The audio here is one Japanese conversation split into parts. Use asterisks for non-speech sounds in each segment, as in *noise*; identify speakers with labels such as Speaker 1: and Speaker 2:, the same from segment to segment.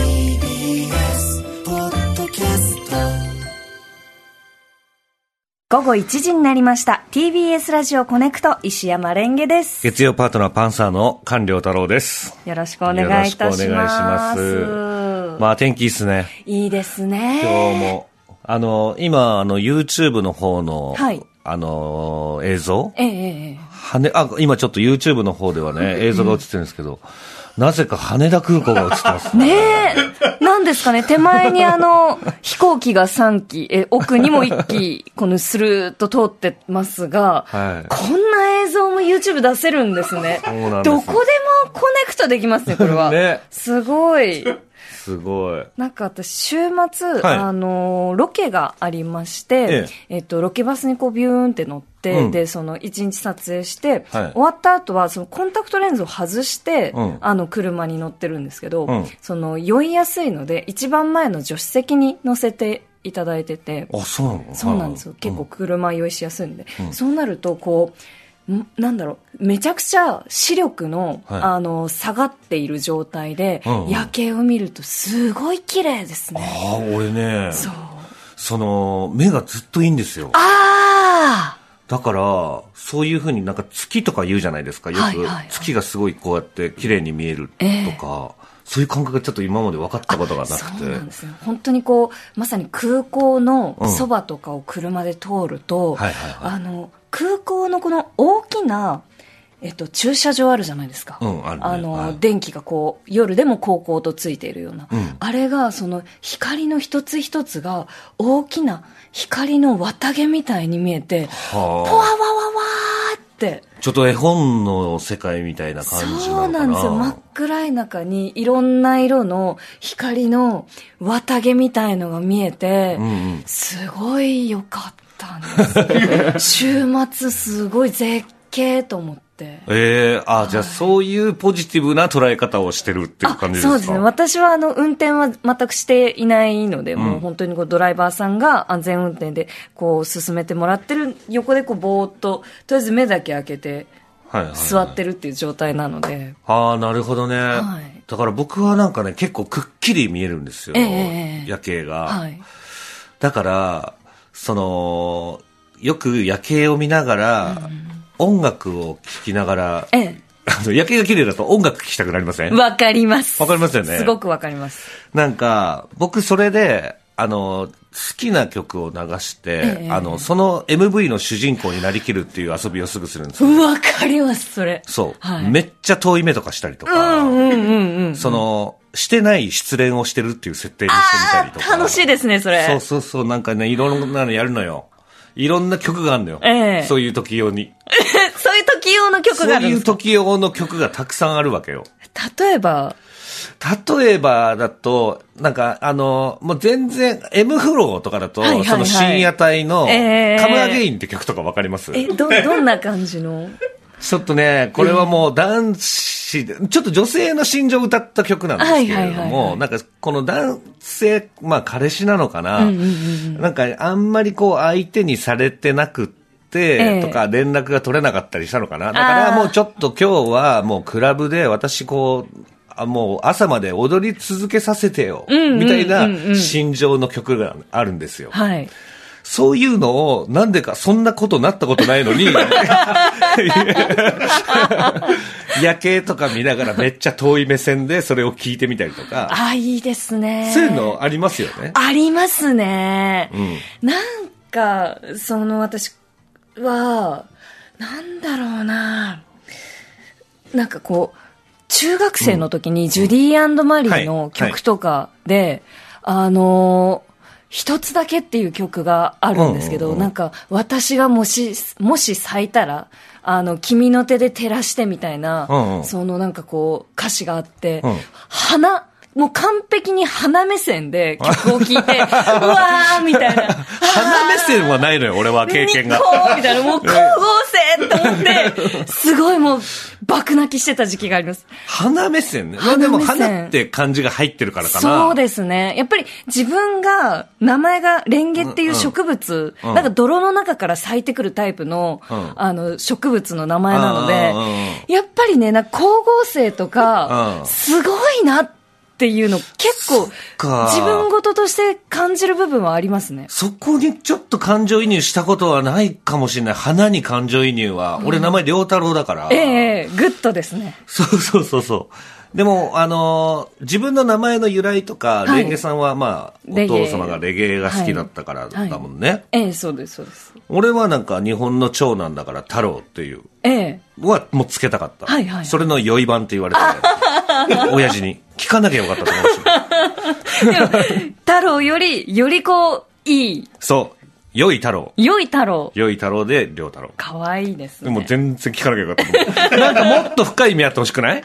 Speaker 1: TBS ポッドキャスト
Speaker 2: 午後1時になりました。TBS ラジオコネクト、石山レンゲです。
Speaker 3: 月曜パートナーパンサーの官僚太郎です。
Speaker 2: よろしくお願いいたします。
Speaker 3: よろしくお願いしますまあ天気いいっすね。
Speaker 2: いいですね。
Speaker 3: 今日も。あの、今、あの、YouTube の方の、
Speaker 2: はい
Speaker 3: あの、映像
Speaker 2: えええええ
Speaker 3: 羽、あ、今ちょっと YouTube の方ではね、映像が映ってるんですけど、なぜか羽田空港が映ってます
Speaker 2: え。。ねえ、なんですかね、手前にあ
Speaker 3: *laughs*
Speaker 2: の、飛行機が3機、え、奥にも1機、このスルーっと通ってますが、
Speaker 3: *laughs* はい。
Speaker 2: こんな映像も YouTube 出せるんですね。
Speaker 3: そうなんです
Speaker 2: どこでもコネクトできますね、これは。
Speaker 3: *laughs* ね
Speaker 2: すごい。
Speaker 3: すごい。
Speaker 2: なんか私、週末、
Speaker 3: はい
Speaker 2: あのーロケがありまして、えっと、ロケバスにこうビューンって乗って、
Speaker 3: うん
Speaker 2: で、その、一日撮影して、
Speaker 3: はい
Speaker 2: 終わった後は、その、コンタクトレンズを外して、
Speaker 3: うん
Speaker 2: あの、車に乗ってるんですけど、
Speaker 3: うん
Speaker 2: その、酔いやすいので、一番前の助手席に乗せていただいてて、
Speaker 3: あ、そうなの
Speaker 2: そうなんですよ。
Speaker 3: はい
Speaker 2: 結構車酔いしやすいんで。
Speaker 3: うん
Speaker 2: そうなると、こう、んなんだろう、めちゃくちゃ視力の、
Speaker 3: はい
Speaker 2: あの、下がっている状態で、
Speaker 3: うんうん
Speaker 2: 夜景を見るとすごい綺麗ですね。
Speaker 3: ああ、俺ね、
Speaker 2: そう。
Speaker 3: その、目がずっといいんですよ。
Speaker 2: あ
Speaker 3: だから、そういうふうになんか月とか言うじゃないですか、よく。
Speaker 2: はいはいはい
Speaker 3: 月がすごいこうやって綺麗に見えるとか、そういう感覚がちょっと今まで分かったことが
Speaker 2: あ
Speaker 3: なく
Speaker 2: そうなんで
Speaker 3: て。
Speaker 2: すよ。本当にこう、まさに空港の
Speaker 3: うん
Speaker 2: そばとかを車で通ると、
Speaker 3: はいはいはい
Speaker 2: あの、空港のこの大きな、えっと、駐車場あるじゃないですか。
Speaker 3: うん、あるね。
Speaker 2: あの、
Speaker 3: はい
Speaker 2: 電気がこう、夜でも高校とついているような。
Speaker 3: うん
Speaker 2: あれが、その、光の一つ一つが、大きな光の綿毛みたいに見えて、ぽわわわ
Speaker 3: は
Speaker 2: わーって。
Speaker 3: あ、ちょっと絵本の世界みたいな感じ
Speaker 2: そ
Speaker 3: な
Speaker 2: う
Speaker 3: の
Speaker 2: な
Speaker 3: かな
Speaker 2: んですよ。真っ暗い中に、いろんな色の光の綿毛みたいのが見えて、
Speaker 3: うんうん、
Speaker 2: すごい良かったんです。週末、すごい絶景と思って。
Speaker 3: ええあ、じゃあそういうポジティブな捉え方をしてるっていう感じですか
Speaker 2: あそうですね。私は、あの、運転は全くしていないので、もう本当にこう、ドライバーさんが安全運転で、こう、進めてもらってる、横でこう、ぼーっと、とりあえず目だけ開けて、
Speaker 3: はいはいはい
Speaker 2: 座ってるっていう状態なので、
Speaker 3: ああ、なるほどね、
Speaker 2: はい
Speaker 3: だから僕はなんかね、結構くっきり見えるんですよ。
Speaker 2: ええええ
Speaker 3: 夜景が。
Speaker 2: はい。
Speaker 3: だから、その、よく夜景を見ながら、音楽を聴きながら、あ
Speaker 2: え
Speaker 3: の夜景が綺麗だと音楽聴きたくなりませ
Speaker 2: え、
Speaker 3: ん
Speaker 2: わかります。
Speaker 3: わかりますよね
Speaker 2: すごくわかります。
Speaker 3: なんか、僕それで、あの、好きな曲を流して、
Speaker 2: ええ
Speaker 3: あの、その MV の主人公になりきるっていう遊びをすぐするんですよ。
Speaker 2: わかります、それ。
Speaker 3: そう、
Speaker 2: はい
Speaker 3: めっちゃ遠い目とかしたりとか、
Speaker 2: うんうんうん。
Speaker 3: その、してない失恋をしてるっていう設定にしてみたりとか。
Speaker 2: 楽しいですね、それ。
Speaker 3: そうそうそう、なんかね、いろんなのやるのよ。いろんな曲があるのよ。
Speaker 2: ええ
Speaker 3: そういう時用に。
Speaker 2: そういう時用の曲
Speaker 3: そ
Speaker 2: があ
Speaker 3: う
Speaker 2: るん
Speaker 3: い
Speaker 2: で
Speaker 3: う
Speaker 2: すか
Speaker 3: 時用の曲がたくさんあるわけよ。
Speaker 2: 例えば、
Speaker 3: 例えばだと、なんか、あの、もう全然、M フローとかだと、
Speaker 2: はいはいはい
Speaker 3: その深夜帯の、
Speaker 2: ええ
Speaker 3: カムアゲインって曲とかわかります
Speaker 2: え、ど、どんな感じの *laughs*
Speaker 3: ちょっとね、これはもう男子で、ちょっと女性の心情を歌った曲なんですけれど
Speaker 2: はいはいはいは
Speaker 3: も、なんかこの男性、まあ彼氏なのかな、なんかあんまりこう相手にされてなくって、
Speaker 2: ええ
Speaker 3: とか連絡が取れなかったりしたのかなだか
Speaker 2: あー
Speaker 3: らもうちょっと今日はもうクラブで私こう、あもう朝まで踊り続けさせてよ、
Speaker 2: んうん
Speaker 3: みた
Speaker 2: う
Speaker 3: い
Speaker 2: んう
Speaker 3: なん心情の曲があるんですよ。
Speaker 2: はい。
Speaker 3: そういうのを、なんでか、そんなことなったことないのに、 *laughs* 夜景とか見ながらめっちゃ遠い目線でそれを聞いてみたりとか、
Speaker 2: あ、いいですね。
Speaker 3: そういうのありますよね。
Speaker 2: ありますね。
Speaker 3: うん。
Speaker 2: なんか、その私は、なんだろうな。なんかこう、中学生の時にジュディーマリーの曲とかで、あのー一つだけっていう曲があるんですけど、
Speaker 3: うんうんうん
Speaker 2: なんか、私がもし、もし咲いたら、あの、君の手で照らしてみたいな、
Speaker 3: うんうん
Speaker 2: そのなんかこう、歌詞があって、
Speaker 3: うん
Speaker 2: 花もう完璧に花目線で曲を聴い
Speaker 3: *laughs*
Speaker 2: て、うわーみたいな。
Speaker 3: 鼻目線はないのよ、俺は経験が
Speaker 2: ニ。コーみたいな、もう光合成と思っ
Speaker 3: *laughs*
Speaker 2: て、すごいもう、爆泣きしてた時期があります。
Speaker 3: 鼻目線ね。まあでも、
Speaker 2: 鼻目線
Speaker 3: 鼻って漢字が入ってるからかな。
Speaker 2: そうですね。やっぱり自分が、名前がレンゲっていう植物、
Speaker 3: うんうん
Speaker 2: なんか泥の中から咲いてくるタイプの、
Speaker 3: うん
Speaker 2: あの、植物の名前なので
Speaker 3: うんうんうん、
Speaker 2: やっぱりね、なんか光合成とか
Speaker 3: う、ん
Speaker 2: すごいなっていうの結構
Speaker 3: か、
Speaker 2: 自分事として感じる部分はありますね。
Speaker 3: そこにちょっと感情移入したことはないかもしれない。花に感情移入は。俺名前良太郎だから。
Speaker 2: ええグッドですね。
Speaker 3: そうそうそうそう。でも、あのー自分の名前の由来と
Speaker 2: は
Speaker 3: か、
Speaker 2: い
Speaker 3: レンゲさんはまあ、お
Speaker 2: レゲエ
Speaker 3: 父様がレゲエが好きだったからだもんね。
Speaker 2: ええそうです、そうです。
Speaker 3: 俺はなんか日本の長男だから太郎っていう。
Speaker 2: ええ
Speaker 3: はもうつけたかった。
Speaker 2: はいはい
Speaker 3: それの酔い版って言わ
Speaker 2: *laughs*
Speaker 3: れて、親父に聞かなきゃよかったと思うし。
Speaker 2: でも、
Speaker 3: *laughs*
Speaker 2: 太郎より、よりこう、いい、
Speaker 3: そう。良い太郎。
Speaker 2: 良い太郎。
Speaker 3: 良い太郎で良太郎。
Speaker 2: 可愛いです
Speaker 3: で
Speaker 2: ね。
Speaker 3: も全然聞かなきゃよかった
Speaker 2: *laughs*
Speaker 3: と思う。なんかもっと深い意味あってほしくない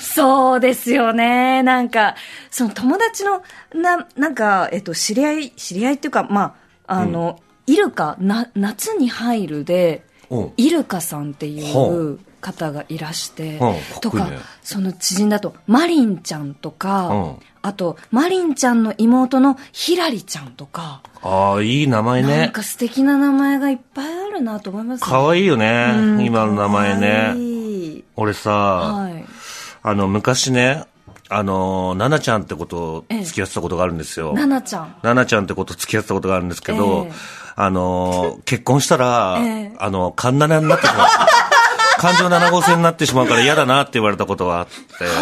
Speaker 2: そうですよね。なんか、その友達の、な、なんか、えっと、知り合い、知り合いっていうか、まあ、あの、イルカ、な、夏に入るで、
Speaker 3: うん
Speaker 2: イルカさんってい
Speaker 3: ほ
Speaker 2: う
Speaker 3: う
Speaker 2: 方がいらして、
Speaker 3: ほう
Speaker 2: と
Speaker 3: か
Speaker 2: か
Speaker 3: っこいいね、
Speaker 2: その知人だと、マリンちゃんとか、
Speaker 3: うん
Speaker 2: あと、マリンちゃんの妹のヒラリちゃんとか、
Speaker 3: ああ、いい名前
Speaker 2: なん
Speaker 3: ね。
Speaker 2: か素敵な名前がいっぱいあるなと思いますね
Speaker 3: かわいいよね
Speaker 2: う。ん
Speaker 3: 今の名前
Speaker 2: かわ
Speaker 3: ね。
Speaker 2: いい
Speaker 3: 俺さ、
Speaker 2: はい。
Speaker 3: あの、昔ね、あの、ナナちゃんってこと
Speaker 2: ええ
Speaker 3: 付き合ってたことがあるんですよ。
Speaker 2: ナナちゃん。
Speaker 3: ナナちゃんってこと付き合ってたことがあるんですけど
Speaker 2: ええ、
Speaker 3: あの、結婚したら
Speaker 2: ええ、
Speaker 3: あの、カンナナになって
Speaker 2: *laughs*
Speaker 3: しまう。環状7号線になってしまうから嫌だなって言われたことはあって。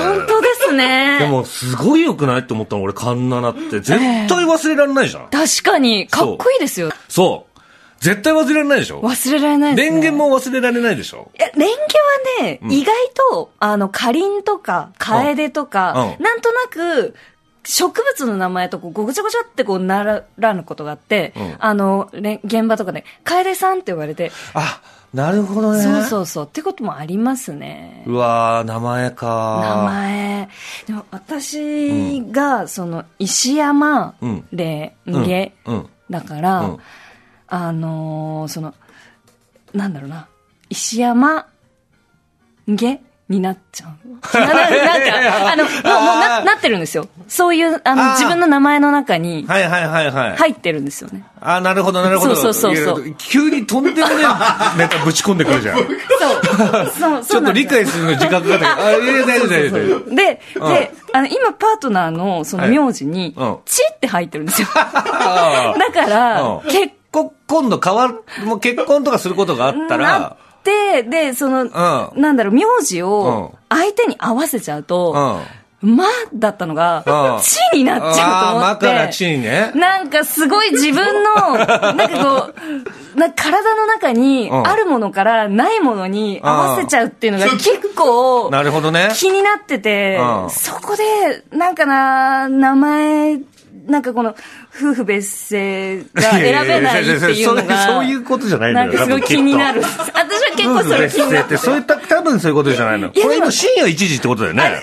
Speaker 2: 本当ですね。
Speaker 3: でも、すごい良くないって思ったの俺、カンナナって。絶対忘れられないじゃん。
Speaker 2: 確かに、かっこいいですよ。
Speaker 3: そう。絶対忘れられないでしょ
Speaker 2: 忘れられないです、ね。
Speaker 3: 電源も忘れられないでしょ
Speaker 2: いや、レンゲはね、意外と、あの、かりんとか、カエデとか、
Speaker 3: うん
Speaker 2: なんとなく、植物の名前とこうごちゃごちゃってこうなららぬことがあって、
Speaker 3: うん
Speaker 2: あの、れん現場とかで、カエデさんって言われて、
Speaker 3: あ、なるほどね。
Speaker 2: そうそうそう、ってこともありますね。
Speaker 3: うわー、名前
Speaker 2: 名
Speaker 3: か。
Speaker 2: 前。でも、私が、その、石山、
Speaker 3: うん
Speaker 2: レンゲ、
Speaker 3: うんうん
Speaker 2: だから、
Speaker 3: うん
Speaker 2: あのーその、なんだろうな、石山、げ、になっちゃう。
Speaker 3: *laughs*
Speaker 2: なななんか、あの、もう、もう
Speaker 3: あ
Speaker 2: な、
Speaker 3: ー
Speaker 2: なってるんですよ。そういう、あの、
Speaker 3: あー
Speaker 2: 自分の名前の中に
Speaker 3: はいはいはいはい。
Speaker 2: 入ってるんですよね。
Speaker 3: あ、なるほどなるほど。
Speaker 2: そうそうそうそう
Speaker 3: いや急にとんでもねえ *laughs* ネタぶち込んでくるじゃん。 *laughs*
Speaker 2: そう。そう、
Speaker 3: ち
Speaker 2: そ
Speaker 3: ょ
Speaker 2: う
Speaker 3: っ
Speaker 2: な
Speaker 3: と
Speaker 2: んで
Speaker 3: 理
Speaker 2: すよ
Speaker 3: 解するの時間かかったけど。あ、いや、大丈夫大丈夫大丈夫。
Speaker 2: で、で、あの、今、パートナーの、その、
Speaker 3: はい
Speaker 2: 名字に
Speaker 3: うん、
Speaker 2: ちって入ってるんですよ。
Speaker 3: あ
Speaker 2: *laughs* だから
Speaker 3: うん、
Speaker 2: 結
Speaker 3: ーこ今度変わる、もう結婚とかすることがあっ
Speaker 2: な
Speaker 3: たら、
Speaker 2: って、で、その、
Speaker 3: う
Speaker 2: なんだろう、名字を
Speaker 3: うん
Speaker 2: 相手に合わせちゃう
Speaker 3: うん。
Speaker 2: と、
Speaker 3: あ
Speaker 2: まだったのが
Speaker 3: う、ん
Speaker 2: ちになっちゃうと
Speaker 3: あー、
Speaker 2: 思
Speaker 3: ま
Speaker 2: っ
Speaker 3: から
Speaker 2: て、
Speaker 3: ちにね。
Speaker 2: なんかすごい自分
Speaker 3: *laughs*
Speaker 2: の、なんかこう、な体の中に
Speaker 3: うん
Speaker 2: あるものからないものに合わせちゃうっていうのが結構、
Speaker 3: なるほどね。
Speaker 2: 気になってて
Speaker 3: う、ん
Speaker 2: そこで、なんかな、名前、なんかこの、夫婦別姓が選べないっていうの
Speaker 3: ややや
Speaker 2: が、
Speaker 3: それそういうことじゃないの
Speaker 2: な
Speaker 3: よ。
Speaker 2: んかすごい気になる。
Speaker 3: 多
Speaker 2: *laughs* 私は結構そ
Speaker 3: 分きっと。夫婦
Speaker 2: れ気
Speaker 3: 別
Speaker 2: に
Speaker 3: 姓
Speaker 2: な
Speaker 3: っ
Speaker 2: る。
Speaker 3: て、そういった、多分そういうことじゃないの。こ
Speaker 2: や
Speaker 3: れ今深夜1時ってことだよね。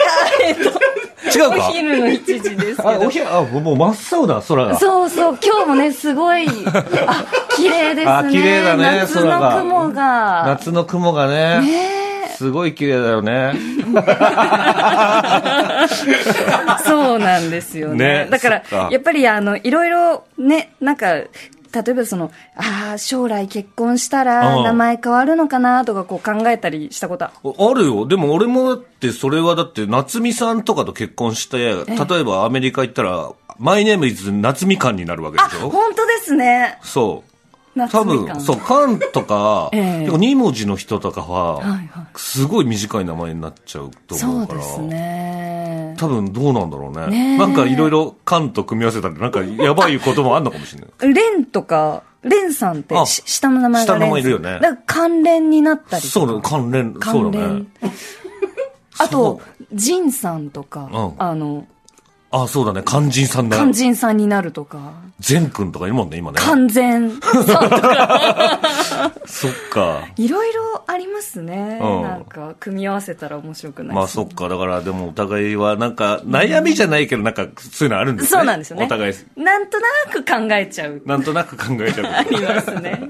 Speaker 3: 違うか
Speaker 2: お昼の1時ですけ
Speaker 3: あ、お
Speaker 2: ど。
Speaker 3: ひあ、もう真っ青だ、空が。
Speaker 2: そうそう、今日もね、す
Speaker 3: *laughs*
Speaker 2: ごい、あ、綺麗ですね。
Speaker 3: あ綺麗だね
Speaker 2: 夏の雲が。
Speaker 3: 夏の雲がね。すごい綺麗だよね。 *laughs*
Speaker 2: そうなんですよね。
Speaker 3: ね
Speaker 2: だから
Speaker 3: そっか
Speaker 2: やっぱりあのいろいろねなんか例えばそのああ将来結婚したら
Speaker 3: うん
Speaker 2: 名前変わるのかなとかこう考えたりしたことは
Speaker 3: あるよ。でも俺もだって、それはだって、夏美さんとかと結婚して、例えばアメリカ行ったら、マイネームイズ夏みかんになるわけ
Speaker 2: あ
Speaker 3: でしょ
Speaker 2: 本当ですね。
Speaker 3: そう。
Speaker 2: 夏
Speaker 3: 多
Speaker 2: みか
Speaker 3: 分、
Speaker 2: ん
Speaker 3: そう、かんとか、
Speaker 2: ええ
Speaker 3: 2文字の人とかは、
Speaker 2: はいはい
Speaker 3: すごい短い名前になっちゃうと
Speaker 2: そ
Speaker 3: 思
Speaker 2: う
Speaker 3: うか
Speaker 2: で
Speaker 3: ら。
Speaker 2: すね。
Speaker 3: 多分どうなんだろうね。
Speaker 2: ねえ
Speaker 3: なんかいろいろ缶と組み合わせたらなんかやばいこともあんのかも
Speaker 2: *laughs*
Speaker 3: しれない。
Speaker 2: レンとか、レンさんって
Speaker 3: あ
Speaker 2: し下の名前がレンさん
Speaker 3: 下の名前いるよ
Speaker 2: だ
Speaker 3: ね
Speaker 2: から関連になったりとか。
Speaker 3: そうだ、関連、 *laughs* そうだね。
Speaker 2: あと
Speaker 3: そ、
Speaker 2: ジンさんとか、
Speaker 3: うん
Speaker 2: あの、
Speaker 3: あ、そうだね。肝心さんだ。
Speaker 2: 肝心さんになるとか、
Speaker 3: 善くんとかいるもんね、今ね。
Speaker 2: 完全さんとか、
Speaker 3: そっ *laughs* か。
Speaker 2: いろいろありますね。
Speaker 3: うん
Speaker 2: なんか、組み合わせたら面白くない
Speaker 3: まあそっか、だからでもお互いはなんか悩みじゃないけどなんかそういうのあるんですね。
Speaker 2: そうなんですよね。
Speaker 3: お互い、
Speaker 2: なんとなく考えちゃう。
Speaker 3: なんとなく考えちゃうこと。 *laughs*
Speaker 2: ありますね。